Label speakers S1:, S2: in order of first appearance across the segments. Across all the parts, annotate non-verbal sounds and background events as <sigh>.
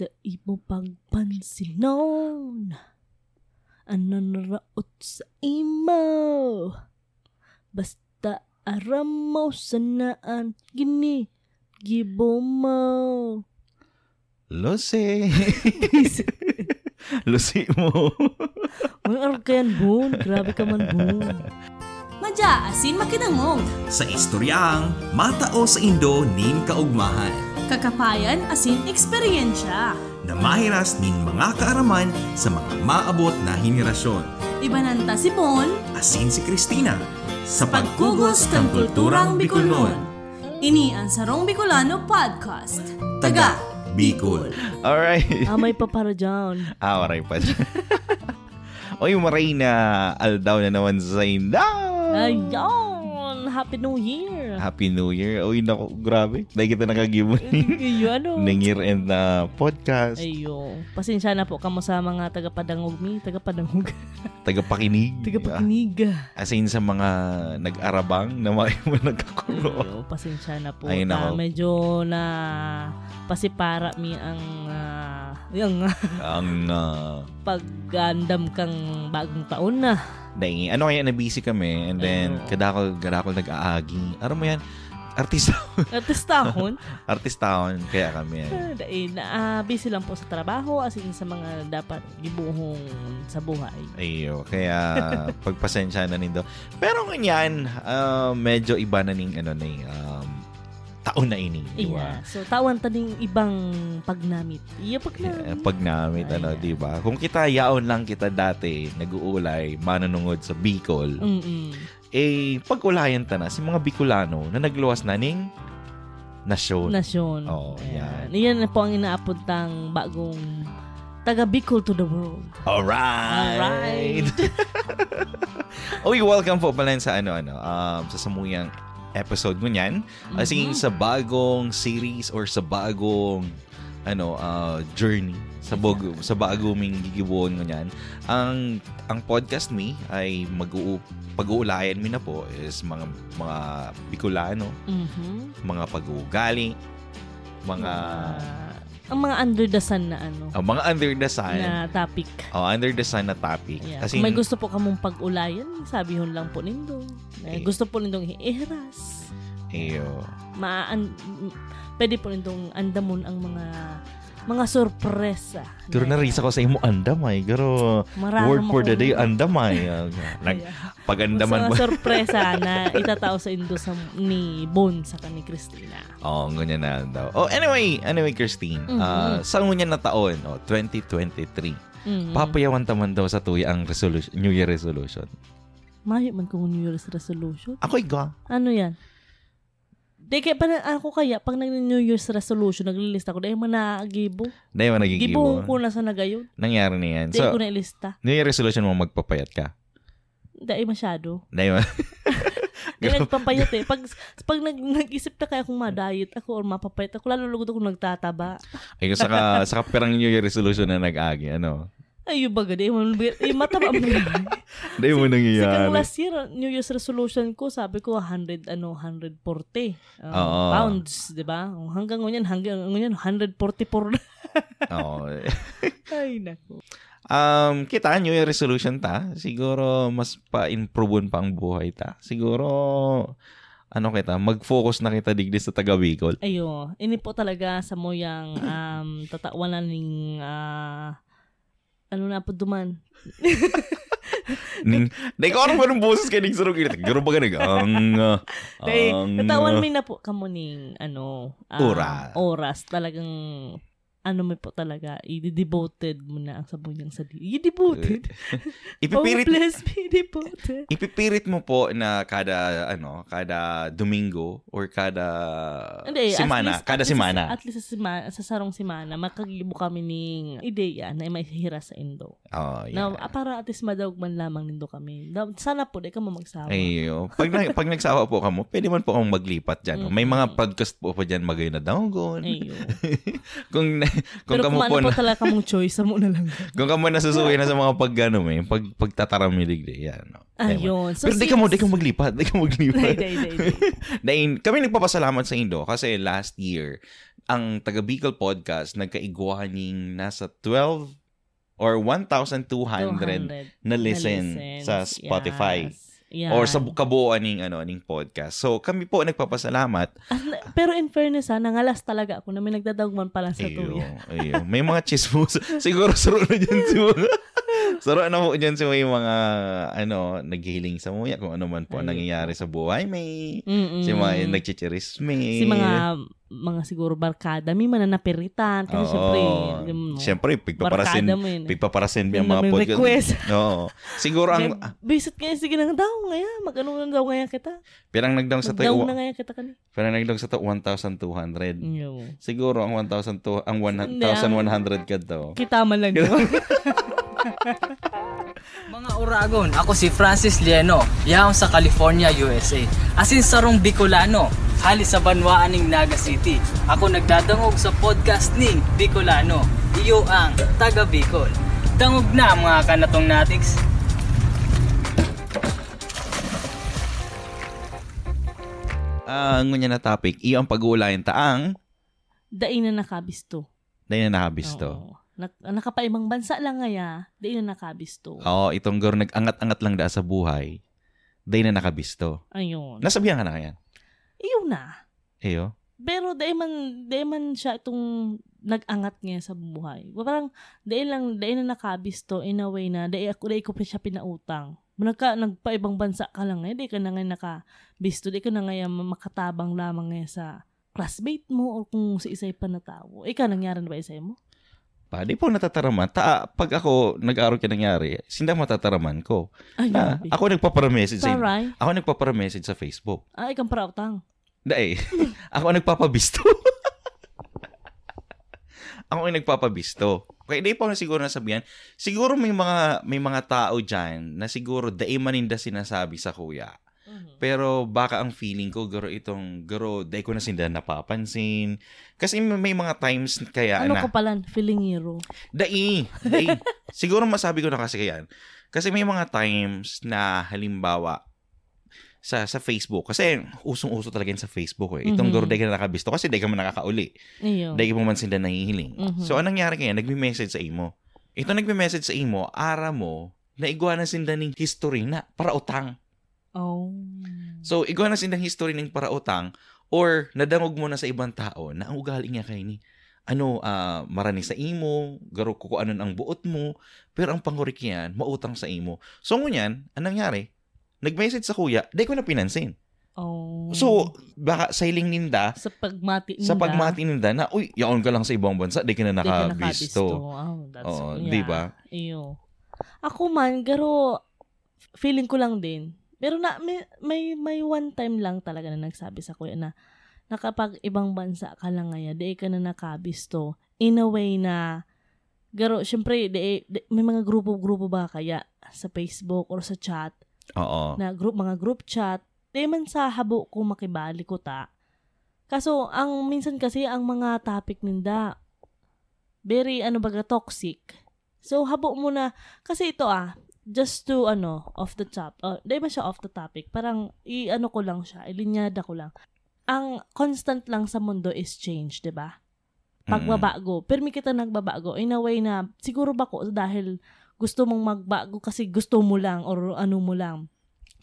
S1: Dai mo pang pansinon Ang nanaraot sa imo Basta aram mo sanaan Gini gibo mo
S2: <laughs>
S3: Lose. Lose mo.
S1: Uy, ano kayan, Boon? Grabe ka man, Boon.
S4: Madya asin makinangog.
S2: Sa istoryang matao sa Indo nin kaugmahan
S4: Kakapayan asin eksperyensya.
S2: na mahiras nin mga kaaraman sa mga maabot na henerasyon.
S4: Ibananta si Pon
S2: Asin si Christina sa
S4: pagkugos kang kulturang Bicolnon. Ini ang Sarong Bicolano Podcast.
S2: Taga Bicol.
S3: Alright. <laughs>
S1: Amay pa para Ah, dyan.
S3: Ah, waray pa dyan. <laughs> Oy, maray na aldaw na naman sa inyo.
S1: Ayun! Happy New Year!
S3: Happy New Year. Uy, naku, grabe. Dahil kita nakagibon
S1: <laughs> Ayun,
S3: <laughs>
S1: ano?
S3: ng year-end na uh, podcast.
S1: Ayun. Pasensya na po kamo sa mga taga-padangog mi. Taga-padangog.
S3: Tagapakinig. Ah,
S1: Taga-pakinig.
S3: As in sa mga nag-arabang na mga <laughs> mga nagkakulo.
S1: Ayun, pasensya na po.
S3: Ay,
S1: na
S3: nako.
S1: medyo na pasipara mi ang ah, yung <laughs>
S3: Ang, ah,
S1: pag-andam kang bagong taon na.
S3: daingi. Ano kaya, na-busy kami. And then,
S1: Ayun.
S3: kadakol, kadakol nag-aagi. Ano mo yan? Artista. <laughs>
S1: At this taon,
S3: Artistahon. Kaya kami. yan.
S1: ah, dahil na ah, busy lang po sa trabaho as in sa mga dapat gibuhong sa buhay.
S3: Ayo, kaya pagpasensya na nindo. Pero nganyan, ah, medyo iba na ning ano na eh, um, taon na ini, di
S1: Iya.
S3: ba?
S1: So, tawan ta ning ibang pagnamit. Iya,
S3: Eh,
S1: pagnamit.
S3: Pag namin, ano,
S1: Ayan.
S3: di ba? Kung kita yaon lang kita dati, nag-uulay, mananungod sa Bicol,
S1: Mm-mm.
S3: eh, pag-ulayan ta na si mga Bicolano na nagluwas na ning nasyon.
S1: Nasyon.
S3: Oo,
S1: Ayan. Iyan na po ang inaapuntang bagong taga Bicol to the world.
S3: <laughs> Alright! Uy, welcome po pala sa ano, ano, um, sa samuyang episode mo niyan. As
S1: Mm-hmm.
S3: in, sa bagong series or sa bagong ano uh, journey sa bog sa baguming gigibuon mo niyan ang ang podcast me ay mag pag-uulayan mi na po is mga mga Bicolano
S1: Mhm.
S3: mga pag-uugali mga
S1: Ah, ang mga under the sun na ano,
S3: ah, mga under the sun
S1: na topic.
S3: oh, under the sun na topic
S1: Yeah.
S3: as
S1: Kung
S3: in,
S1: may gusto po kamong pag-ulayan, sabi hon lang po nindo. Eh,
S3: Eh.
S1: gusto po nindong iihras.
S3: ayo.
S1: Maan, m- pwede po nindong andamon ang mga mga sorpresa.
S3: Pero narisa ko sa imo andamay. Pero
S1: Marami
S3: word
S1: mo
S3: for the
S1: kung-
S3: day,
S1: <laughs>
S3: andamay. Ah, Nag,
S1: Ayan. Sa
S3: pagandaman mo.
S1: mga sorpresa na itatao sa indo sa ni Bon sa ni Christina.
S3: Oo, oh, ganyan na daw. Oh, anyway, anyway, Christine.
S1: Mhm.
S3: ah, sa ngunyan na taon, oh, 2023.
S1: Mm.
S3: Mm-hmm. Papayawan taman daw sa tuya ang resolution, New Year resolution.
S1: Mayo man kung New Year's resolution.
S3: Ako iga.
S1: Ano yan? Di kaya, pa, ako kaya, pag nag-New Year's resolution, naglilista ko, dahil managibo.
S3: Dahil mo naging
S1: Gibong ko
S3: ibo.
S1: na sa nagayon.
S3: Nangyari na yan.
S1: Dahil
S3: So,
S1: ko na ilista.
S3: New Year resolution mo magpapayat ka.
S1: Dahil
S3: <laughs>
S1: masyado.
S3: Dahil mo.
S1: Dahil nagpapayat eh. Pag, pag nag, nag-isip na kaya kung ma-diet ako or mapapayat ako, lalo lugod ako nagtataba.
S3: Ay, kung saka, saka perang New Year resolution na nag-agi. Ano?
S1: Ay, yung baga, dahil man- eh, mataba mo yun.
S3: Dahil mo
S1: Kasi
S3: nangyayari.
S1: last year, New Year's resolution ko, sabi ko 100 ano 140 uh,
S3: Oo.
S1: pounds, 'di ba? Hanggang ngunyan, hanggang ngunyan 144. na.
S3: Oo.
S1: <laughs> Ay nako.
S3: Um, kita, New Year resolution ta. Siguro, mas pa-improveon pa ang buhay ta. Siguro, ano kita, mag-focus na kita digdi sa
S1: <laughs>
S3: taga Bicol.
S1: Ayo, ini po talaga sa moyang um tatawanan ning ah, ano na po duman.
S3: Ning, dahil ko ano ba ng boses kay Ning Sarong Kirit? Garo ba
S1: <laughs>
S3: ganag? Ang, uh,
S1: Day,
S3: ang,
S1: tatawan mi na po kamo ning ano ah,
S3: Oras.
S1: oras talagang ano mi po talaga i-devoted mo na ang sabuyang sa di. I-devoted.
S3: Eh,
S1: Oh,
S3: ipipirit,
S1: bless me, devoted.
S3: ipipirit mo po na kada, ano, kada Domingo or kada
S1: Hindi, at
S3: semana.
S1: least,
S3: kada
S1: at least-
S3: semana.
S1: At least sa, sima- sa sarong semana, makagibo kami ning ideya na may hira sa Indo.
S3: oh, yeah.
S1: Na, ah, para at least madawagman lamang nindo kami. Na- Sana po, di ka mo magsawa.
S3: Ayo. Pag, na, pag nagsawa po kamo, pwede man po akong maglipat dyan. May mga podcast po po dyan magayon na downgon.
S1: Mm. Ayo.
S3: Kung, na- <laughs> kung
S1: Pero
S3: kamo
S1: kung ano po
S3: po, na,
S1: talaga mong choice, sa mo na
S3: <laughs>
S1: lang.
S3: kung kamo nasusuwi na sa mga pagano may pag pagtataramilig di yan. No? Ewan.
S1: Ayun. So,
S3: Pero di ka mo, di
S1: since-
S3: ka maglipat, di ka
S1: <laughs> Hindi,
S3: maglipat. <laughs>
S1: hindi, hindi, hindi.
S3: Dahil kami nagpapasalamat sa Indo kasi last year, ang Taga Bicol Podcast nagkaigwaning nasa 12 or 1,200 na listen sa Spotify. Or sa bu- kabuuan ng ano ning podcast. So kami po nagpapasalamat.
S1: Pero in fairness ha, nangalas talaga ako na may nagdadagman pala sa
S3: Ayo,
S1: tuya.
S3: ayo. May mga chismos. <laughs> Siguro saro na diyan si mga. <laughs> saro na po diyan si may mga ano naghihiling sa muya kung ano man po ang
S1: Ay.
S3: nangyayari sa buhay may
S1: Mm-mm.
S3: si mga nagchichirisme.
S1: si mga mga siguro barkada, may mananapiritan. Kasi
S3: Oo.
S1: syempre, yung,
S3: Siyempre, pigpaparasin,
S1: barkada mo yun. eh.
S3: pigpaparasin
S1: Yun
S3: yung
S1: lang
S3: mga
S1: may
S3: podcast.
S1: request.
S3: <laughs> Oo. Siguro ang
S1: May Bisit ngayon, sige lang daw ngayon. Mag-ano lang daw ngayon kita.
S3: pirang nagdang sa
S1: Mag-down na Mm.
S3: to,
S1: ngayon kita kanina.
S3: pirang nagdang sa to 1,200.
S1: Yo.
S3: Siguro ang 1,200 ang
S1: Hindi, ang-
S3: 1,100 ka daw.
S1: Kita man
S3: <laughs>
S1: lang yun.
S5: Mga Uragon, ako si Francis Lieno, yaong sa California, USA. Asin sarong Bicolano, halis sa banwaan ng Naga City. Ako nagdadangog sa podcast ning Bicolano. Iyo ang taga Bicol. Dangog na mga kanatong natiks.
S3: Ah, ang ngunya na topic, iyo ang pag-uulayan taang
S1: Dain na nakabisto.
S3: dahil na nakabisto.
S1: Oo. Nak- nakapaibang bansa lang ngaya, dain na nakabisto.
S3: Oo, itong garo nag-angat-angat lang da sa buhay. Dahil na nakabisto.
S1: Ayun.
S3: Nasabihan ka na kaya?
S1: Iyon na.
S3: Iyo?
S1: Pero dain man, dain man siya itong nag-angat ngayon sa buhay. Parang dain lang, dain na nakabisto in a way na dain ako, dain ko pa siya pinautang. Nagka, nagpaibang bansa ka lang ngayon, di ka na ngayon nakabisto, di ka na ngayon makatabang lamang ngayon sa classmate mo o kung sa isa'y pa na tao. Ikaw, nangyari na ba isa'y mo?
S3: Pa, di po natataraman. Ta, pag ako nag-araw ka nangyari, sinda matataraman ko.
S1: Ay,
S3: Na,
S1: grabe.
S3: Ah, ako nagpaparamessage sa
S1: Taray.
S3: Ako nagpaparamessage sa Facebook.
S1: Ah, ikaw parautang.
S3: Dae. ako ang nagpapabisto. <laughs> ako ang nagpapabisto. Kaya hindi pa ako siguro nasabihan. Siguro may mga may mga tao diyan na siguro dae maninda sinasabi sa kuya. Mm-hmm. Pero baka ang feeling ko garo itong garo dae ko na sinda napapansin. Kasi may may mga times kaya
S1: Ano
S3: na.
S1: ka palan? Feeling hero.
S3: Dai. Dai. Siguro masabi ko na kasi yan. Kasi may mga times na halimbawa sa sa Facebook kasi usong-uso talaga yan sa Facebook eh. Itong
S1: Mhm.
S3: mm ka na nakabisto kasi di ka man nakakauli.
S1: Ayun.
S3: Di ka mo man sila nahihiling.
S1: Mhm.
S3: So anong nangyari kaya nagme-message sa imo. Ito nagme-message sa imo, ara mo na iguana sinda ng history na para utang.
S1: oh.
S3: So iguana sinda ng history ng para utang or nadangog mo na sa ibang tao na ang ugali niya kay ni ano ah, marani sa imo garo ko anon ang buot mo pero ang pangurik yan mautang sa imo so ngunyan anong nangyari nag-message sa kuya di ko na pinansin
S1: oh.
S3: so baka sa hiling ninda
S1: sa pagmati
S3: sa pagmati ninda na uy yaon ka lang sa ibang bansa di ka na
S1: nila, di ka nakabisto.
S3: nakabisto
S1: Oh, that's
S3: oo
S1: yeah.
S3: di ba
S1: Iyo. Ako man, garo, feeling ko lang din. Pero na, may, may, may one time lang talaga na nagsabi sa kuya na nakapag ibang bansa ka lang ngayon, di ka na nakabisto. In a way na, garo, syempre, di, di- may mga grupo-grupo ba kaya sa Facebook or sa chat
S3: oo
S1: na group mga group chat, di man sa habo ko makibali ko ta. Kaso ang minsan kasi ang mga topic ninda very ano baga toxic. So habo mo na kasi ito ah just to ano off the top. Uh, di ba siya off the topic? Parang i-ano ko lang siya, ilinyada ko lang. Ang constant lang sa mundo is change, 'di ba? pagbabago. Pero may kita nagbabago in a way na siguro ba ko dahil gusto mong magbago kasi gusto mo lang or ano mo lang.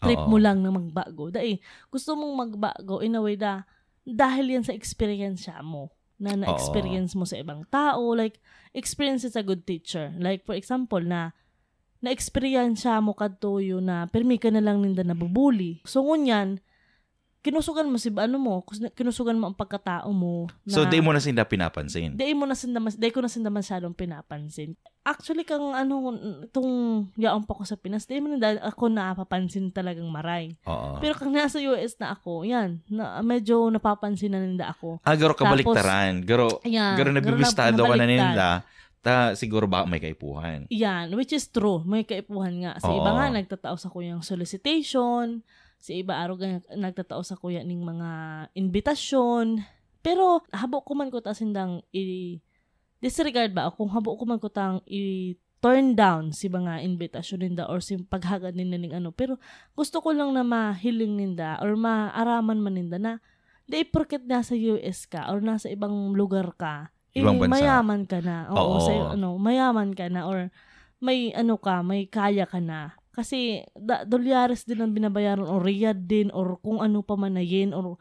S1: Trip
S3: Oo.
S1: mo lang na magbago. Dahil gusto mong magbago in a way na dahil yan sa experience siya mo na na-experience mo sa ibang tao. Like, experience is a good teacher. Like, for example, na na-experience siya mo kadtoyo na permi ka na lang ninda nabubuli. So, ngunyan, kinusugan mo si ano mo, kinusugan mo ang pagkatao mo. Na,
S3: Mm. so di mo na sinda pinapansin
S1: Di mo na sinda mas, di ko na sinda masyadong pinapansin. Actually, kang ano, itong yaong pa ko sa Pinas, di mo na dahil ako napapansin talagang maray.
S3: oo
S1: Pero kang nasa US na ako, yan, na, medyo napapansin na ninda ako.
S3: ah garo
S1: Tapos-
S3: kabaliktaran garo
S1: Ayan.
S3: Garo nabibistado ka na
S1: Ah, nabaliktad.
S3: nila, ta siguro baka may kaipuhan.
S1: Yan, which is true. May kaipuhan nga. Sa
S3: Oo.
S1: iba nga, nagtatao sa kuyang solicitation. Sa iba araw nga, nagtatao sa kuya ning mga invitasyon. Pero habo ko man ko ta sindang i disregard ba o kung habo ko man ko tang i turn down si mga invitasyon ninda or si paghagad ninda ning ano pero gusto ko lang na mahiling ninda or maaraman man ninda na Di, porket nasa US ka or nasa ibang lugar ka, eh,
S3: Ibang bansa.
S1: mayaman ka na. Oo,
S3: Oo.
S1: sa'yo, ano, mayaman ka na or may ano ka, may kaya ka na. Kasi da, dolyares din ang binabayaran or riyad din or kung ano pa man na yen or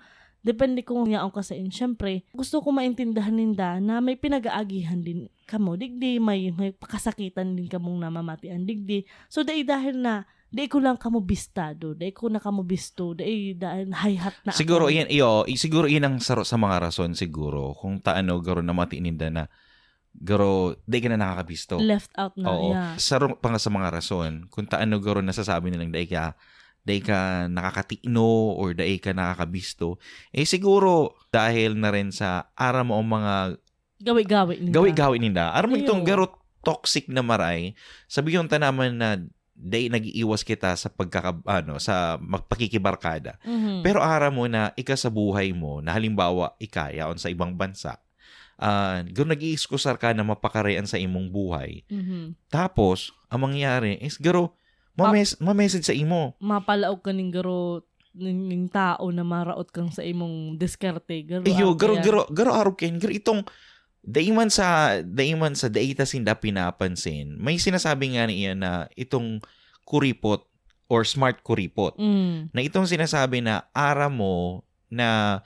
S1: depende kung yaon ka sa in. Siyempre, gusto ko maintindahan ninda na may pinag-aagihan din kamo. Digdi, may, may pakasakitan din kamong namamatian. Digdi. So, dahil dahil na, di ko lang kamo bistado. Di ko na kamo bisto. Di dahil hayhat na
S3: Siguro
S1: ako.
S3: iyan, iyo, i- siguro iyan ang saro sa mga rason siguro kung taano garo na matiininda na garo di ka na nakakabisto.
S1: Left out na.
S3: oh. Oo.
S1: yeah.
S3: Saro pa nga sa mga rason kung taano garo nasasabi nilang dahil ka dahil ka nakakatino or dahil ka nakakabisto. Eh siguro dahil na rin sa aram o mga
S1: Gawi-gawi ninda.
S3: gawi-gawi ninda. Aram mo
S1: Iyo.
S3: itong garo toxic na maray. Sabi yung tanaman na dahil nag-iiwas kita sa pagkaka, ano, sa magpakikibarkada.
S1: Mhm.
S3: Pero ara mo na ika sa buhay mo, na halimbawa ikayaon sa ibang bansa, uh, gano'n nag-iiskusar ka na mapakarean sa imong buhay.
S1: Mhm.
S3: Tapos, ang mangyari is garo, mames- mamessage sa imo.
S1: mapalaog ka ning garo ning, ning tao na maraot kang sa imong diskarte. Garo, ah,
S3: Iyo, Eh, garo,
S1: kaya-
S3: garo, garo araw kayo. Garo itong, daiman sa, daiman sa data sinda pinapansin, may sinasabi nga niya na itong kuripot or smart kuripot.
S1: Mm.
S3: na itong sinasabi na ara mo na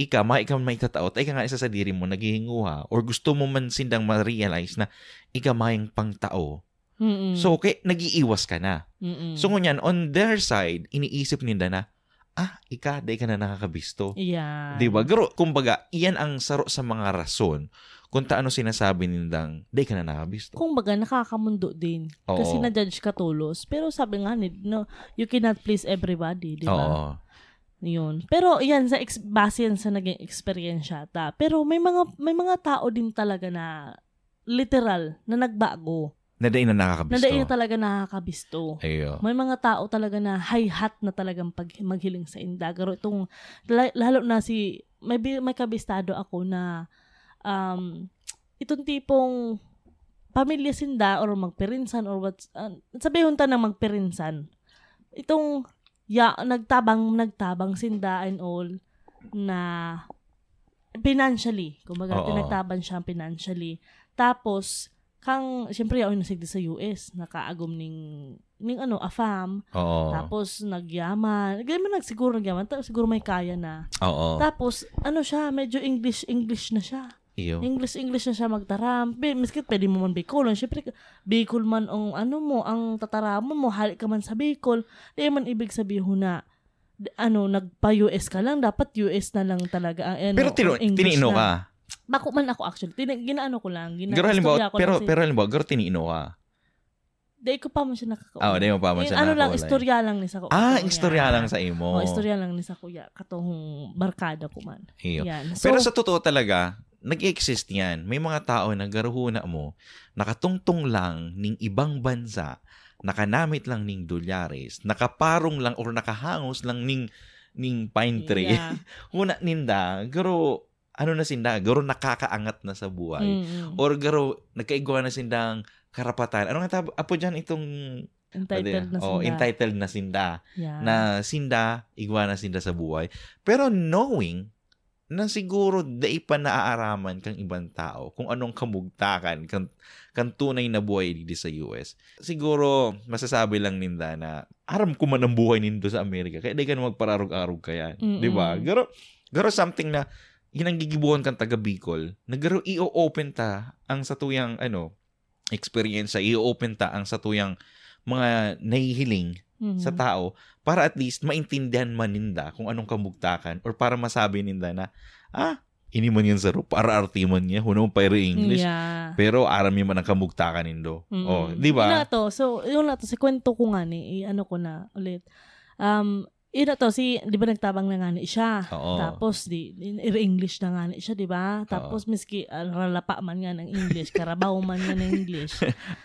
S3: ika, ma, ikaw maitataot, ay ka nga isa sa diri mo, naghihinguha, or gusto mo man sindang ma-realize na ika mayang pangtao.
S1: Mm-mm.
S3: So, kay, nag-iiwas ka na.
S1: Mm-mm.
S3: So, ngunyan, on their side, iniisip nila na, ah, ika, dahil ka na nakakabisto.
S1: Yan.
S3: Di ba? Pero, kumbaga, iyan ang saro sa mga rason kung taano sinasabi nilang, dahil ka na nakakabisto.
S1: Kung baga, nakakamundo din.
S3: Oo.
S1: Kasi na-judge ka tulos. Pero sabi nga, ni- no, you cannot please everybody, di ba?
S3: Oo.
S1: Yun. Pero yan sa ex- base yan sa naging experience ta. Pero may mga may mga tao din talaga na literal na nagbago.
S3: Na dahil na nakakabisto.
S1: Nandain na talaga nakakabisto.
S3: Ayo.
S1: May mga tao talaga na high-hat na talagang pag maghiling sa indagaro. Itong, la- lalo na si, may, bi- may kabistado ako na um, itong tipong pamilya sinda or magperinsan or what, uh, sabihin ta ng magperinsan. Itong ya, nagtabang, nagtabang sinda and all na financially, kumbaga,
S3: Oo.
S1: tinagtaban siya financially. Tapos, kang, siyempre, yaon nasigdi sa US, nakaagom ning, ning ano, afam,
S3: Oo.
S1: tapos nagyaman, ganyan man nagsiguro nagyaman, tapos siguro may kaya na.
S3: Oo.
S1: Tapos, ano siya, medyo English-English na siya.
S3: Iyo.
S1: English-English na siya magtaram. Pe- Miskit pwede mo man Bicolon. Siyempre, Bicol man ang ano mo, ang tataramon mo, halik ka man sa Bicol. Di man ibig sabihin na, d- ano, nagpa-US ka lang, dapat US na lang talaga. Ang, ano,
S3: Pero tino,
S1: ang English
S3: tiniino
S1: na.
S3: ka.
S1: Bako man ako actually. Tina, ginaano ko lang. Gina,
S3: Pero halimbawa,
S1: istorya ko
S3: pero,
S1: lang.
S3: pero halimbawa, girl, tiniino ka.
S1: Di ko pa man siya nakakaon.
S3: Ah, oh, dahil mo pa man
S1: Eh,
S3: siya
S1: Ano lang,
S3: nakakulay.
S1: istorya lang ni sa ko.
S3: Ah,
S1: kuya.
S3: istorya lang sa Oh.
S1: Oo,
S3: imo.
S1: istorya lang ni sa kuya. Katong barkada ko man.
S3: Iyo.
S1: Yan. So,
S3: Pero sa totoo talaga, nag-exist yan. May mga tao na garuhuna mo, nakatungtong lang ning ibang bansa, nakanamit lang ning dolyares, nakaparong lang or nakahangos lang ning ning pine tree. <laughs>
S1: yeah.
S3: Huna ninda, garo ano na sinda, garo nakakaangat na sa buhay.
S1: Mm-mm.
S3: Or garo nagkaigwa na sindang karapatan. Ano nga tabo apo diyan itong
S1: Entitled na
S3: Oh,
S1: sila.
S3: entitled na sinda.
S1: Yeah.
S3: na sinda, igwa na sinda sa buhay. Pero knowing na siguro dai pa naaaraman kang ibang tao kung anong kamugtakan kang, kang tunay na buhay dito sa US. Siguro masasabi lang ninda na aram ko man ang buhay nindo sa Amerika kaya di ka na magpararog-arog ka yan.
S1: Mm-mm.
S3: Di ba? Garo, garo something na yun ang gigibuhan kang taga Bicol na garo i-open ta ang satuyang ano experience sa i-open ta ang satuyang mga nahihiling
S1: Mhm.
S3: sa tao para at least maintindihan man ninda kung anong kamugtakan or para masabi ninda na, ah, ini man yan saro, para arti man niya, huno pa English.
S1: Yeah. Mm.
S3: Pero arami man ang kamugtakan nindo.
S1: Mm-mm.
S3: Oh, di
S1: Yun
S3: ba?
S1: na to. So, yun na to. Si kwento ko nga ni, i- ano ko na ulit. Um, yun na to. Si, di ba nagtabang na nga ni siya?
S3: Oo.
S1: Tapos, di, i-English na nga ni siya, di
S3: Oh.
S1: ba? Tapos, miski, ah, ralapa man nga ng English, karabaw man nga ng English.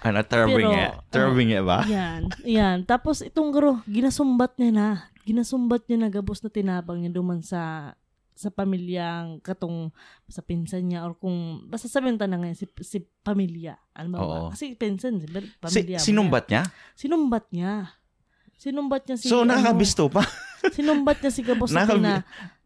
S3: ano, turbing
S1: Pero, ah,
S3: nga. Turbing nga ba?
S1: yan, yan. Tapos, itong gro, ginasumbat niya na. Ginasumbat niya na gabos na tinabang niya duman sa sa pamilyang katong sa pinsan niya or kung basta sabihin ta na nga si, si pamilya ano ba
S3: Oo.
S1: ba? kasi pinsan si
S3: Si,
S1: pamilya mo yan.
S3: sinumbat niya?
S1: Sinumbat niya. Sinumbat niya si...
S3: so,
S1: ano,
S3: nakakabisto pa.
S1: Sinumbat niya si Gabos na
S3: Nakakabi-
S1: na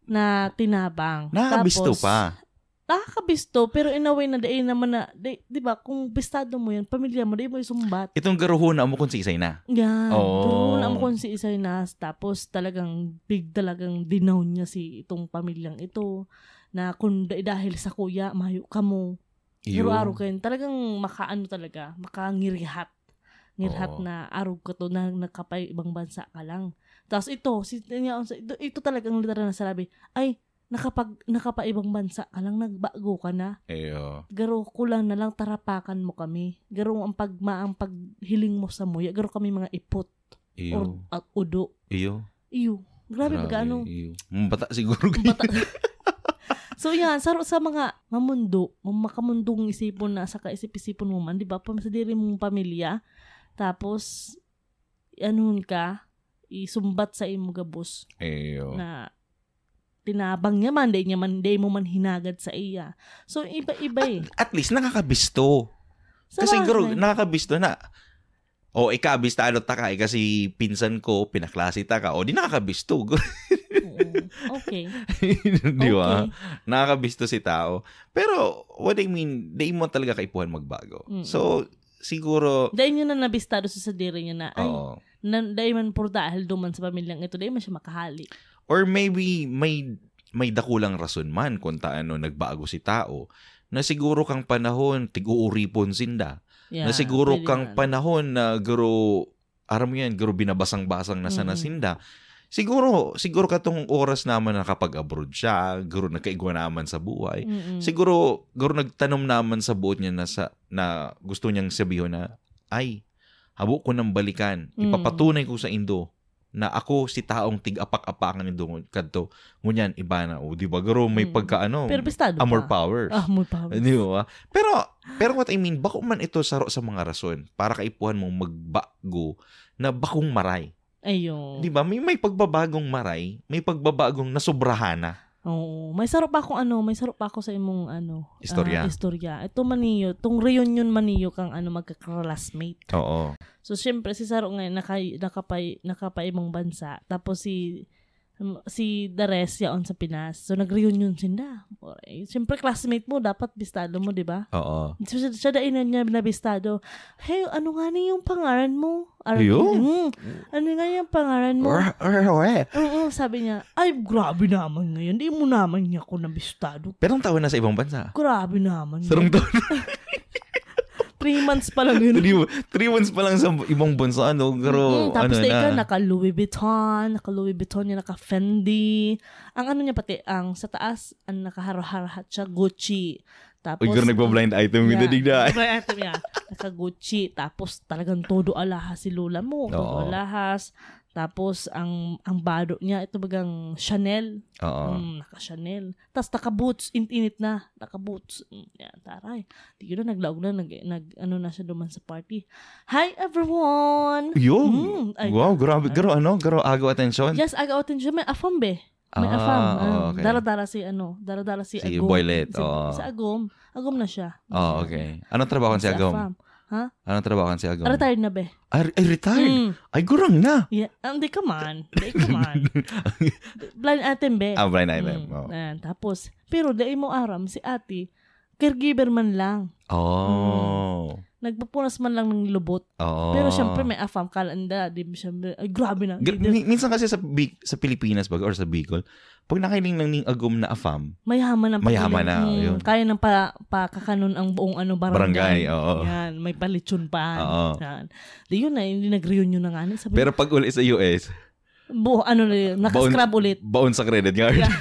S1: na tinabang.
S3: Nakabisto
S1: Tapos,
S3: pa.
S1: Nakakabisto, pero in a way na day naman na, di, di ba, kung bistado mo yan, pamilya mo, di mo isumbat.
S3: Itong garuhuna mo kung sisay na.
S1: Yan.
S3: Oo.
S1: Pero alam ko si Isay Nas, tapos talagang big talagang dinown niya si itong pamilyang ito na kung da- dahil sa kuya, mayo ka mo. Pero araw
S3: Yun.
S1: ka yun. Talagang makaano talaga, makangirihat. Ngirhat
S3: Oo.
S1: na araw ka to na nakapay ibang bansa ka lang. Tapos ito, si, ito, ito talagang literal na sarabi, ay, nakapag, nakapaibang bansa ka lang, nagbago ka na
S3: Ayo.
S1: garo kulang na lang tarapakan mo kami. Garo ang pagma ang paghiling mo sa muya. Garo kami mga ipot
S3: Iyo.
S1: or at udo.
S3: Iyo.
S1: Iyo. Grabe, ano. ba gaano?
S3: iyo. Mabata siguro. <laughs>
S1: Ang bata. so yan, sa, sa mga mamundo, mga makamundong isipon na sa kaisip-isipon mo man, di ba? Pamasadiri mong pamilya. Tapos, anun ka, isumbat sa imo gabos
S3: Iyo.
S1: na tinabang niya man, di niya man, di mo man hinagad sa iya. So, iba-iba eh.
S3: At least nakakabisto.
S1: Sa
S3: kasi siguro
S1: bagay.
S3: nakakabisto na. O ikabistado ta ka eh, kasi pinsan ko pinaklase ta ka. O di nakakabisto.
S1: Oo. Okay.
S3: <laughs> Di ba?
S1: Okay.
S3: nakakabisto si tao. Pero, what I mean, di mo talaga kaipuhan magbago.
S1: Mm.
S3: So, siguro,
S1: Dahil nyo na nabistado sa sadiri niya na, ay,
S3: oo.
S1: na, dahil man puro dahil duman sa pamilyang ito, dahil man siya makahali.
S3: Or maybe, may, may dakulang rason man kung taano nagbago si tao na siguro kang panahon tiguuripon sinda
S1: Yeah,
S3: na siguro
S1: pwede
S3: kang
S1: naman.
S3: panahon na guro aram mo yan guro binabasang-basang na sana
S1: Mm.
S3: sinda siguro siguro katong oras naman na kapag abroad siya guro nagkaigwa naman sa buhay
S1: Mm-mm.
S3: Siguro, guro nagtanom naman sa buot niya na, sa, na gusto niyang sabihin na, ay, habo ko ng balikan.
S1: Mm.
S3: Ipapatunay ko sa Indo na ako si taong tig-apak-apakan ni Dungon kadto. Ngunyan, iba na. O, di ba, guro, may
S1: Mm.
S3: pagkaano,
S1: Pero bistado
S3: amor
S1: pa.
S3: powers.
S1: Ah, amor power.
S3: Di ba? Pero, pero what I mean, bako man ito saro sa mga rason para kaipuhan mong magbago na bakong maray.
S1: Ayun.
S3: Di ba? May, may pagbabagong maray, may pagbabagong nasobrahana.
S1: Oo. May sarap pa akong ano, may sarap pa ako sa imong ano. ah,
S3: Istorya.
S1: istorya. Ito maniyo, tong reunion maniyo kang ano magka-classmate.
S3: Oo.
S1: So, syempre, si Saro ngayon, nakay, nakapay, nakapaibang bansa. Tapos si um, si Dares yaon sa Pinas. So, nag-reunion sila. Alright. Siyempre, classmate mo, dapat bistado mo, di ba?
S3: Oo.
S1: So, siya, siya dahil na niya nabistado. Hey, ano nga na yung pangaran mo? Ar-
S3: Ayun.
S1: Mm, ano nga yung pangaran mo?
S3: Or, or, eh. or,
S1: Oo, sabi niya, ay, grabe naman ngayon. Di mo naman niya ako nabistado.
S3: Perang taon na sa ibang bansa.
S1: Grabe naman.
S3: Sarong
S1: ngayon.
S3: taon.
S1: Three months pa lang yun. <laughs>
S3: three, three months pa lang sa ibang bansa. Ano, <laughs> pero
S1: Mm, tapos
S3: ano
S1: na ikaw,
S3: na.
S1: naka Louis Vuitton, naka Louis Vuitton niya, naka Fendi. Ang ano niya pati, ang sa taas, ang nakaharo-harahat siya, Gucci. Tapos,
S3: Uy, girl, nagpa-blind item. Yeah. Dadig na.
S1: Iba yung item niya. Naka Gucci. Tapos talagang todo alahas si Lola mo. Todo
S3: Oo.
S1: alahas. Tapos ang ang bado niya, ito bagang Chanel.
S3: Oo.
S1: Mm, naka Chanel. Tapos naka boots, intinit na. Naka boots. Mm, yan, taray. Di ko na naglaog na, nag, nag, ano na siya duman sa party. Hi everyone!
S3: <laughs> Yun.
S1: Mm, ay,
S3: wow, grabe. Garo, ano? Garo, agaw atensyon.
S1: Yes, aga otin siya. May afam be. May
S3: Ah,
S1: afam.
S3: oo,
S1: Ah,
S3: okay.
S1: Dara-dara si ano. Dara-dara si,
S3: Si
S1: Agom.
S3: Boylet,
S1: Si-
S3: oo.
S1: Sa Agom. Agom na siya.
S3: Oh, okay. Anong trabaho si Agom?
S1: Afam. Ha?
S3: Anong trabaho si Agom?
S1: Retired na be.
S3: Ay, ay, retired.
S1: Mm.
S3: Ay, gurang na.
S1: Yeah. Ah, Hindi ka man. Hindi ka man.
S3: <laughs>
S1: Blind atin be.
S3: Ah, blind item.
S1: Mm.
S3: Oo.
S1: Ayan, tapos. Pero dahil mo aram si ate, caregiver man lang.
S3: Oh.
S1: Nagpapunas man lang ng lubot.
S3: Oo.
S1: Pero syempre may afam kalanda. Di ba syempre, ay grabe na.
S3: Gr-
S1: Di-
S3: mi- minsan kasi sa Bi- sa Pilipinas ba or sa Bicol, pag nakiling ng ning agom na afam,
S1: Mayaman ang
S3: Mayaman
S1: pamilya.
S3: na,
S1: Mm,
S3: yun.
S1: Kaya ng pa, pakakanon ang buong ano,
S3: barangay,
S1: barangay.
S3: oo.
S1: Yan, may palitsyon pa.
S3: Oo.
S1: Yan. Di yun na, hindi nag-reunion na nga. ni. Sabi,
S3: Pero pag uli sa US,
S1: buo, ano na yun, nakascrub ulit.
S3: baon sa credit card.
S1: Yeah.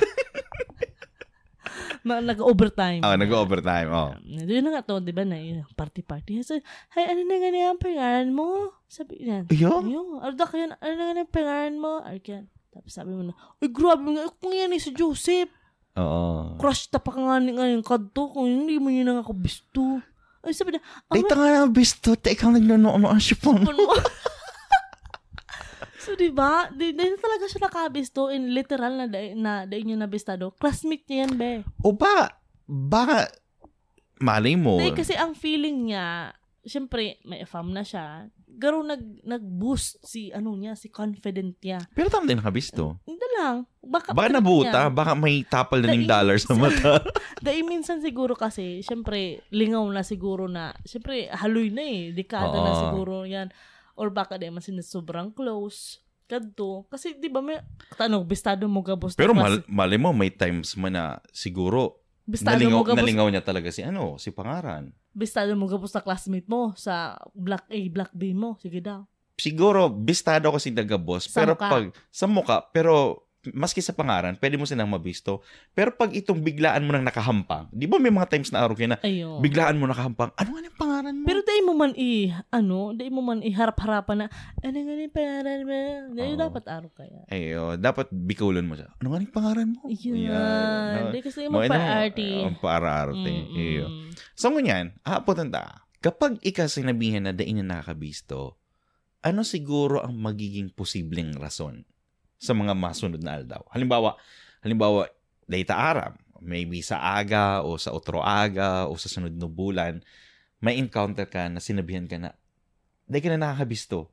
S1: Na- Nag-overtime.
S3: <laughs> Ah, nag-overtime. Oh.
S1: Yan. Yun na nga to, di ba, na yun, party-party. So, hey, ano na nga ang pangalan mo? Sabi niya,
S3: Iyo?
S1: Yung, arda kayo, ano na nga ang pangalan mo? Arkan. Tapos sabi mo na, ay grabe nga, kung yan eh, si Joseph.
S3: Oo.
S1: Crush ta pa ka nga ni ngayon kadto kung hindi mo yun ang ako bisto. Ay sabi na, ang
S3: Dito nga na, bisto. Teka, nagnanoon ang sipon.
S1: hapon "Ano mo. <laughs> so, di ba? Di, di na talaga siya nakabisto in literal na dai na dai niya nabistado. Classmate niya yan, be.
S3: O ba, baka, malay mo.
S1: Dahil kasi ang feeling niya, syempre, may fam na siya. garo nag nag-boost si ano niya, si confident niya.
S3: Pero tama din nakabisto.
S1: Hindi lang. Baka,
S3: Baka nabuta, baka may tapal na
S1: Dai-
S3: ng dollar sa mata.
S1: Dahil minsan siguro kasi, syempre, lingaw na siguro na, syempre, haloy na eh. Dekada na
S3: Oo.
S1: siguro yan. Or baka di man sila sobrang close. Kadto. Kasi di ba may, tanong, bistado mo gabos.
S3: Pero mal- mali mo, may times mo na siguro
S1: bistado mo
S3: nalingaw,
S1: gabos.
S3: nalingaw niya talaga si ano, si Pangaran.
S1: Bistado mo gabos sa classmate mo, sa black A, black B mo. Sige daw.
S3: Siguro, bistado kasi nagabos.
S1: Sa
S3: pero
S1: mukha.
S3: pag, sa mukha, pero maski sa pangaran, pwede mo silang mabisto. Pero pag itong biglaan mo nang nakahampang, di ba may mga times na araw kayo na,
S1: Ayun.
S3: biglaan mo nakahampang, ano nga yung pangaran mo?
S1: Pero dahil mo man i, ano, dahil mo man iharap-harapan na, ano nga yung pangalan mo? Dahil
S3: Oo.
S1: dapat araw kaya.
S3: Ayo, dapat bikulan mo siya. Ano nga yung pangaran mo? Ayan.
S1: Yan. Dahil kasi yung
S3: Mga ano,
S1: magpa-arty.
S3: ah, Magpa-arty. Ayo.
S1: Mm-mm.
S3: So, ngunyan, haapotan ta. Kapag ikasinabihan na dain na nakabisto, ano siguro ang magiging posibleng rason sa mga masunod na aldaw? Halimbawa, halimbawa, data aram, maybe sa aga o sa otro aga o sa sunod na bulan, may encounter ka na sinabihan ka na, dahil ka na nakakabisto.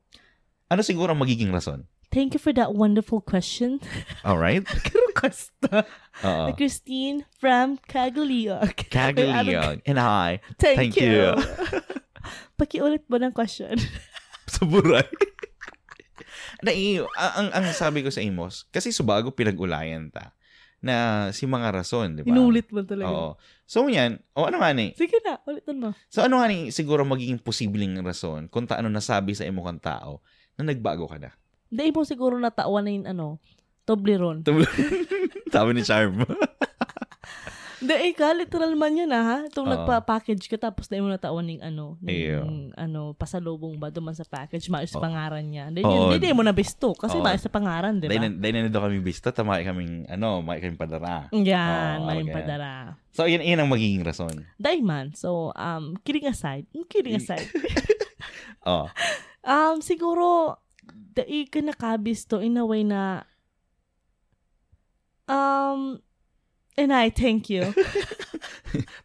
S3: Ano siguro ang magiging rason?
S1: Thank you for that wonderful question.
S3: Alright?
S1: Kasta.
S3: Oo.
S1: Christine from <laughs> Cagaliac.
S3: Kagalyang and I,
S1: Thank,
S3: Thank
S1: you.
S3: you.
S1: <laughs> Pakiulit mo ng question.
S3: <laughs> sa buray. na, i- ang, ang, ang sabi ko sa Imos, kasi subago pinag-ulayan ta na si mga rason, di ba?
S1: Inulit mo talaga.
S3: Diba? Oo. So, yan. O ano nga ni?
S1: Sige na, ulitan mo.
S3: So, ano nga ni siguro magiging posibleng rason kung taano nasabi sa imo kang tao na nagbago <laughs> ka na?
S1: Dahil mo siguro nataawa na yung ano, Toblerone.
S3: sabi ni Charm. <laughs>
S1: Hindi, eh, ka, literal man yan, ah, ha? Itong
S3: Oo.
S1: nagpa-package ka, tapos na mo natawan ng ano, ng,
S3: Iyo.
S1: ano, pasalubong ba duman sa package, maayos sa
S3: Oo.
S1: pangaran niya. Hindi,
S3: Oo.
S1: hindi, mo na besto, kasi
S3: Oo.
S1: maayos sa pangaran, di ba?
S3: Dahil dahil na daw kami bista, tamay kaming, ano, may kaming padara.
S1: Yan,
S3: Oo,
S1: may
S3: okay.
S1: padara.
S3: So, yan, yan ang magiging rason.
S1: Dahil man, so, um, kidding aside, mm, kidding aside,
S3: Oh.
S1: um, siguro, dahil ka nakabisto in a way na, um, and I thank you.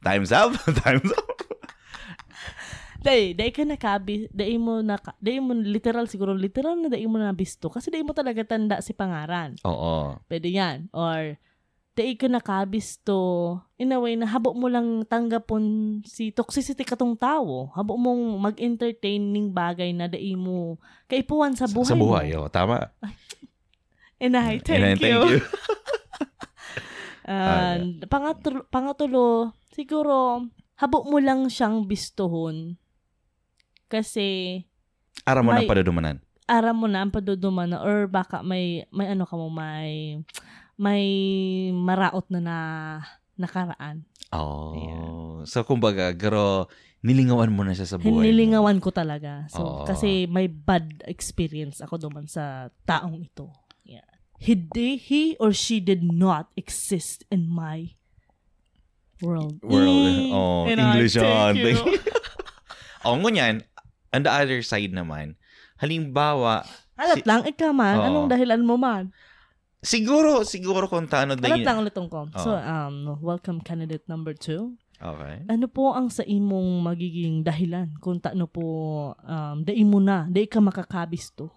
S3: Time's up? <laughs> Time's up?
S1: Dahil, dahil ka nakabi, dahil mo, naka, dahil mo, literal siguro, literal na dahil mo nabisto. Kasi dahil mo talaga tanda si pangaran.
S3: Oo.
S1: Pwede yan. Or, dahil ka nakabisto, in a way na habo mo lang tanggapon si toxicity katong tao. Habo mong mag-entertaining bagay na dahil mo kaipuan sa buhay
S3: sa buhay.
S1: mo.
S3: Oh, tama.
S1: And I thank you.
S3: And I thank
S1: <laughs>
S3: you.
S1: And, pangatlo, pangatulo, siguro, habo mo lang siyang bistuhon. Kasi,
S3: Aram mo ng
S1: May-
S3: padadumanan.
S1: aram mo na ang paduduma na or baka may may ano ka mo may may maraot na na nakaraan.
S3: Oh.
S1: Ayan.
S3: So, kumbaga, pero nilingawan mo na Ah. siya sa buhay.
S1: Nilingawan ko talaga. So
S3: Oo.
S1: kasi may bad experience ako duman sa taong ito. Yeah. He di- he or she did not exist in my world.
S3: Mo. World.
S1: Mm.
S3: Oh,
S1: And I
S3: English
S1: thank
S3: on.
S1: you. <laughs>
S3: <laughs> oh, ngunyan, on the other side naman, halimbawa,
S1: Alat
S3: Si-
S1: lang ikaw man.
S3: Oo.
S1: Anong dahilan mo man?
S3: siguro, siguro kung taano
S1: Alat
S3: din.
S1: lang ulit ko. So,
S3: Oo.
S1: um, welcome candidate number two.
S3: Okay.
S1: Ano po ang sa imong magiging dahilan kung taano po um, dai mo na, dai ka makakabisto?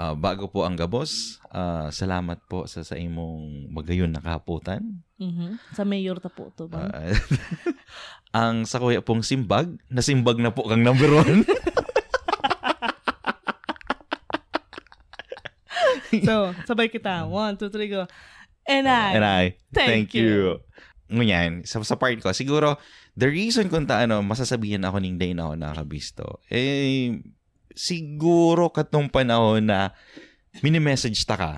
S3: Ah, bago po ang gabos, ah, salamat po sa sa imong magayon na kahapotan.
S1: Mhm. Sa mayor ta po to ba?
S3: Ah, <laughs> ang sa kuya pong simbag, nasimbag na po kang number one.
S1: <laughs> so, sabay kita. One, two, three, go. And I,
S3: And I,
S1: thank,
S3: Thank you. Ngunyan, sa, sa part ko, siguro, the reason kung taano masasabihan ako ng day na ako nakabisto, eh, siguro katong panahon na minimessage ta ka.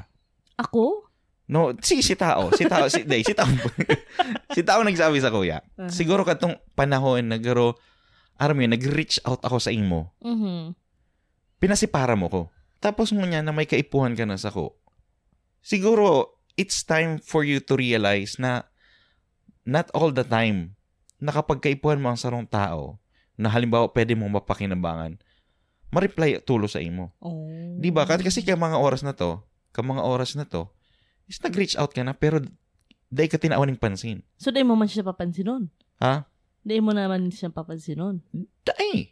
S1: Ako?
S3: No, si, si tao. Si tao, si, day, si tao. <laughs> si tao nagsabi sa kuya.
S1: Uh-huh.
S3: Siguro katong panahon nagro, aram yun, nag-reach out ako sa imo.
S1: Mhm.
S3: Pinasipara mo ko. Tapos ngunyan na may kaipuhan ka na sa ko. Siguro, it's time for you to realize na not all the time na kapag kaipuhan mo ang sarong tao, na halimbawa pwede mong mapakinabangan, ma-reply tulo sa imo.
S1: Oh.
S3: Di ba? Kasi kasi kaya mga oras na to, ka mga oras na to, is nag-reach out ka na pero dahil ka tinaawan ng pansin.
S1: So, dai mo man siya papansin nun?
S3: Ha?
S1: Dai mo naman siya papansin nun?
S3: Dai!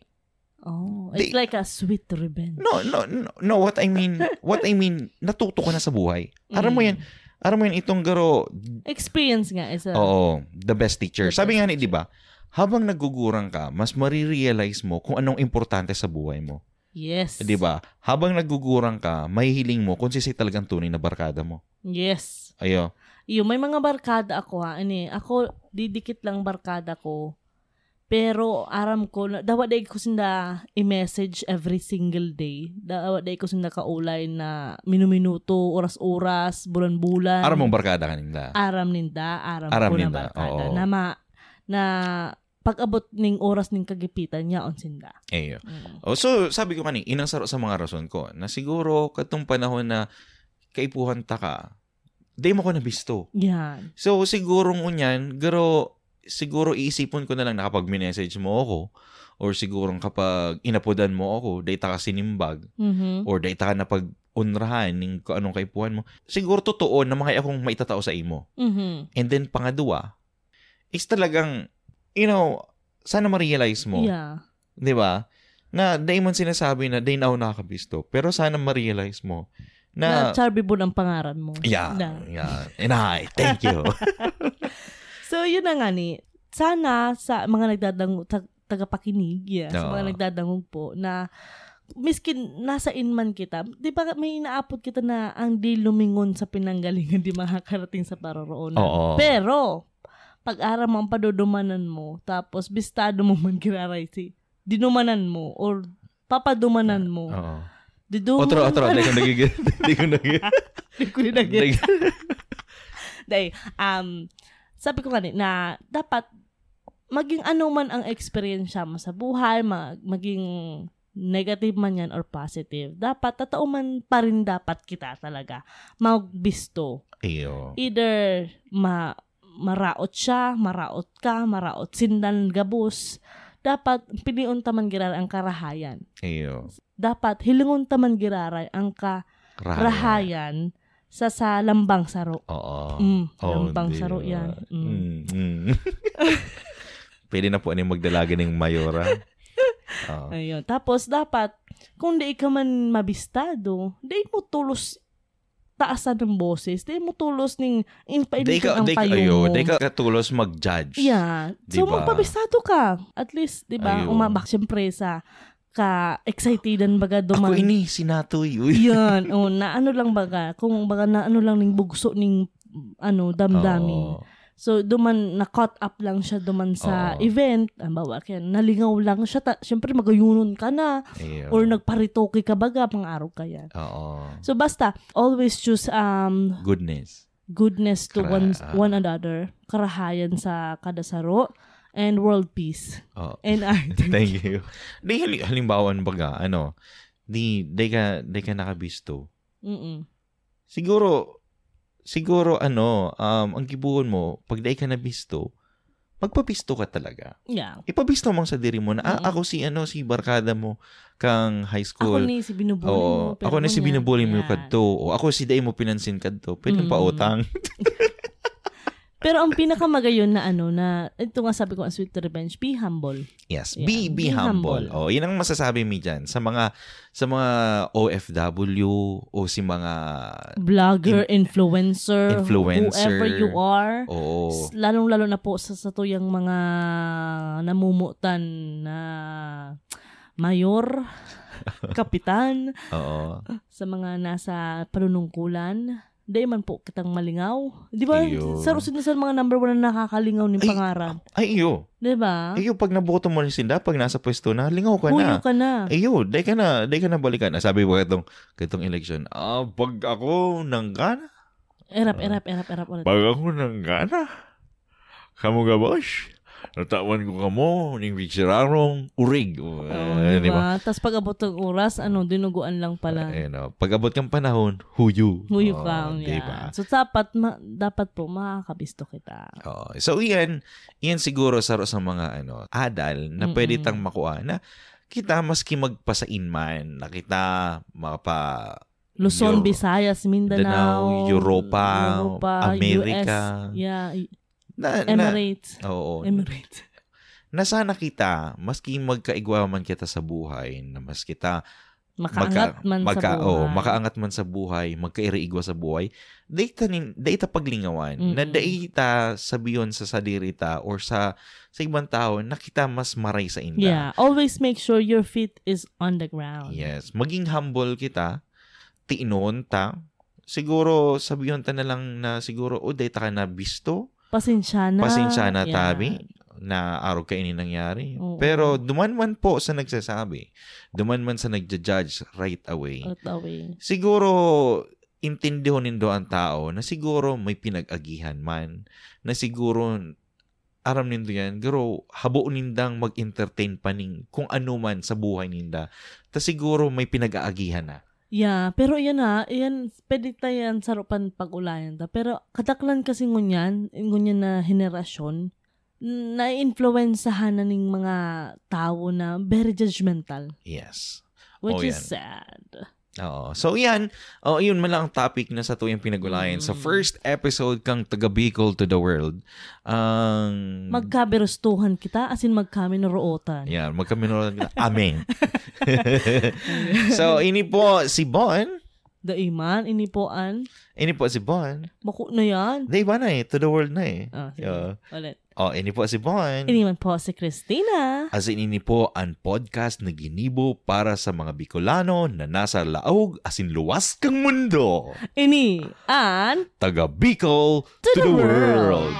S1: Oh, it's like a sweet revenge.
S3: No, no, no, no, what I mean, what I mean, natuto ko na sa buhay.
S1: Mm.
S3: Aram mo yan, aram mo yan, itong garo,
S1: Experience nga is a...
S3: oo, the best teacher.
S1: The
S3: Sabi
S1: best
S3: nga ni, di ba, habang nagugurang ka, mas marirealize mo kung anong importante sa buhay mo.
S1: Yes.
S3: Di ba? Habang nagugurang ka, may hiling mo kung sisi talagang tunay na barkada mo.
S1: Yes.
S3: Ayo.
S1: Yung may mga barkada ako ha. Ano, eh, ako, didikit lang barkada ko. Pero aram ko, na- dawa day ko sinda i-message every single day. Dawa day ko sinda kaulay na minuminuto, oras-oras, bulan-bulan.
S3: Aram mong barkada ka nila.
S1: aram ninda, aram,
S3: Aram
S1: ko na
S3: ninda,
S1: barkada.
S3: oo.
S1: Na, ma- na pag-abot ning oras ning kagipitan niya on sinda.
S3: Ayo.
S1: Mm.
S3: Oh, so, sabi ko kanina, inang saro sa mga rason ko na siguro katong panahon na kaipuhan ta ka, di mo ko nabisto.
S1: Yan.
S3: So, siguro unyan, garo, siguro iisipon ko na lang na kapag minessage mo ako, or siguro kapag inapodan mo ako, di ta ka sinimbag,
S1: Mhm.
S3: or di ta ka napag unrahan ng kung anong kaipuhan mo, siguro totoo na mga akong maitatao sa imo.
S1: Mhm.
S3: And then, pangadua, is talagang, you know, sana ma-realize mo
S1: Yeah.
S3: di ba? Na day man sinasabi na day na ako nakakabisto. Pero sana ma-realize mo
S1: Na,
S3: na,
S1: Charby Boon ang pangaran mo.
S3: yeah,
S1: Na.
S3: yeah. And I,
S1: <laughs>
S3: thank you.
S1: So, yun na nga ni. Sana sa mga nagdadang tag, tagapakinig, yeah, sa
S3: Oo.
S1: mga nagdadangog po, na miskin nasa inman kita, di ba may inaapod kita na ang di lumingon sa pinanggalingan, <laughs> di makakarating sa paroroonan.
S3: Oo.
S1: Pero, pag aram ang padodumanan mo, tapos bistado mo man kiraray si, dinumanan mo, or papadumanan mo,
S3: Oo.
S1: didumanan
S3: Otro,
S1: <laughs>
S3: otro.
S1: ka
S3: Hindi
S1: na-
S3: ko nagigil. <laughs> Hindi ko nagigil.
S1: <laughs> Di ko na nag- Day, um, sabi ko kanina na dapat maging ano man ang experience mo sa buhay, mag, maging negative man yan or positive, dapat totoo man pa rin dapat kita talaga magbisto.
S3: Iyo.
S1: Either ma, maraot siya, maraot ka, maraot sindan gabus, dapat piniun taman giraray ang karahayan.
S3: Iyo.
S1: Dapat hilingon taman giraray ang
S3: Rahay.
S1: karahayan sa sa lambang saro.
S3: Oo.
S1: Mm,
S3: Oo,
S1: lambang
S3: di
S1: saro
S3: ba?
S1: yan. Mm.
S3: oh, ah, Mm, <laughs> mm. Pwede na po ano yung magdalaga ng Mayora.
S1: <laughs>
S3: Ah. Oo.
S1: Ayun. Tapos, dapat, kung di ka man mabistado, di mo tulos taasan ng boses, di mo tulos ning
S3: Di
S1: inpainitin
S3: ka,
S1: ang
S3: di ka,
S1: payo
S3: ayo,
S1: mo.
S3: di ka katulos mag-judge.
S1: Yeah. So,
S3: Diba?
S1: magpabistado ka. At least, di ba,
S3: Ayun.
S1: umabak siyempre sa ka-excitedan baga
S3: Ako
S1: duman.
S3: <laughs> ini, sinatoy. Uy.
S1: Yan. O, na ano lang baga, kung baga na ano lang ning bugso ning ano, damdamin.
S3: Oo.
S1: So, duman, na-caught up lang siya duman sa
S3: Oo.
S1: event. Ang bawa, kaya nalingaw lang siya. Ta- Siyempre, magayunon ka na.
S3: Iyo.
S1: Or nagparitoke ka baga, pang araw ka yan.
S3: Oo.
S1: So, basta, always choose um,
S3: Goodness.
S1: goodness to
S3: Kara-
S1: one,
S3: ah.
S1: one another, karahayan sa kada saro, and world peace.
S3: Oo.
S1: And art.
S3: <laughs> Thank you. Di hali- halimbawa baga, ano, di, di ka, di ka nakabisto.
S1: Mm-mm.
S3: Siguro, siguro ano, um, ang gibuhon mo, pag di ka nabisto, magpabisto ka talaga.
S1: Yeah.
S3: Ipabisto mong sa diri mo na, ah,
S1: Mm-mm.
S3: ako si, ano, si barkada mo kang high
S1: Mm. Ako
S3: school.
S1: ni si binubuli mo.
S3: Oo,
S1: pero
S3: ako na si
S1: kunya,
S3: binubuli mo
S1: yeah.
S3: kadto. O ako si day mo pinansin kadto.
S1: Mm.
S3: Pwede pa utang.
S1: Pero ang pinakamagayon na ano na, ito nga sabi ko, ang sweet revenge, be humble.
S3: Yes,
S1: Yeah.
S3: be
S1: Be
S3: be
S1: humble.
S3: humble. Oh, 'yun ang masasabi mi diyan sa mga sa mga OFW o si mga
S1: Blogger, influencer,
S3: Influencer. Oh.
S1: whoever you are. <laughs>
S3: oo.
S1: S- Lalong-lalo na po sa sa tuyang mga namumutan na
S3: <laughs>
S1: mayor, kapitan,
S3: oo.
S1: sa mga nasa panunungkulan. Di man po kitang malingaw. Di ba?
S3: Iyo.
S1: Sa na sa mga number one na nakakalingaw ng
S3: Ay,
S1: pangarap.
S3: Ay, iyo.
S1: Di ba?
S3: Iyo, pag naboto mo rin sila, pag nasa pwesto na, lingaw ka
S1: Huyo ano
S3: na.
S1: ka na.
S3: Iyo, day ka na, day ka na balikan. Ah, Sabi mo itong, itong election, ah, pag ako nang gana,
S1: Erap,
S3: Ah.
S1: erap, erap, erap. ulit.
S3: pag ako nang gana, kamo ka boss, natawan ko kamo, ning Victorarong, urig. Oh,
S1: Oo,
S3: di ba?
S1: Tapos pag abot ng oras, ano, dinuguan lang pala.
S3: Ayun, oh. Pag abot kang panahon, huyo.
S1: Huyo
S3: Oh,
S1: ka.
S3: di
S1: yan.
S3: ba?
S1: So, dapat, ma- dapat po, makakabisto kita.
S3: Oo. So, iyan, iyan siguro sa, sa mga ano, adal na
S1: Mm-mm.
S3: pwede tang makuha na kita maski magpasain man, na kita mapa
S1: Luzon,
S3: Euro-
S1: Visayas, Mindanao,
S3: Danao, Europa,
S1: Europa,
S3: America,
S1: US, yeah,
S3: Ano na, na,
S1: Emirates.
S3: oo,
S1: Emirates.
S3: na na sana kita, maski magkaigwa man kita sa buhay, na mas kita
S1: Makaangat man sa
S3: magka,
S1: buhay.
S3: oh, makaangat man sa buhay, magkairiigwa sa buhay, daita, nin, daita paglingawan, na
S1: Mm-mm.
S3: daita sabiyon sa sadirita or sa sa ibang tao na kita mas maray sa inda.
S1: Yeah. Always make sure your feet is on the ground.
S3: Yes. Maging humble kita, tiinon ta, siguro sabiyon ta na lang na siguro, o, dahil ta ka na bisto,
S1: Pasensya na.
S3: pasensya na
S1: Yeah.
S3: tabi, na araw ka ini nangyari.
S1: Oo.
S3: Pero duman man po sa nagsasabi, duman man sa nagja-judge right away,
S1: Out the way.
S3: siguro intindihonin do ang tao na siguro may pinag-agihan man, na siguro aram nindo yan, pero habo nindang mag-entertain pa ning kung ano man sa buhay ninda. Ta siguro may pinag-aagihan na.
S1: Yeah. Pero yan ha, yan, pwede tayo yan sarupan pag-ulayan ta. Pero kataklan kasi ngunyan, ngunyan na henerasyon, na-influensahan na ng mga tao na very judgmental.
S3: Yes.
S1: Which
S3: Oh,
S1: is
S3: yan.
S1: sad.
S3: Oo. So yan, oh, yun man lang ang topic na sa tuwing pinag-ulayan. Sa
S1: Mm.
S3: first episode kang taga Bicol to the world, ang...
S1: Magkabirustuhan kita, as in magkaminurootan.
S3: Yan, magkaminulan kita. Amen.
S1: <laughs>
S3: so, ini po si Bon.
S1: Daiman, inipoan,
S3: Ini po si Bon.
S1: bako na yan.
S3: Di ba na eh? To the world na eh.
S1: Ah, sige.
S3: Yeah.
S1: Ulit.
S3: Oh, ini po si Bon.
S1: Iniwan po si Christina.
S3: As in, ini po ang podcast na ginibo para sa mga Bicolano na nasa laog asin luwas kang mundo.
S1: Ini, an,
S3: Taga Bicol to, the, world.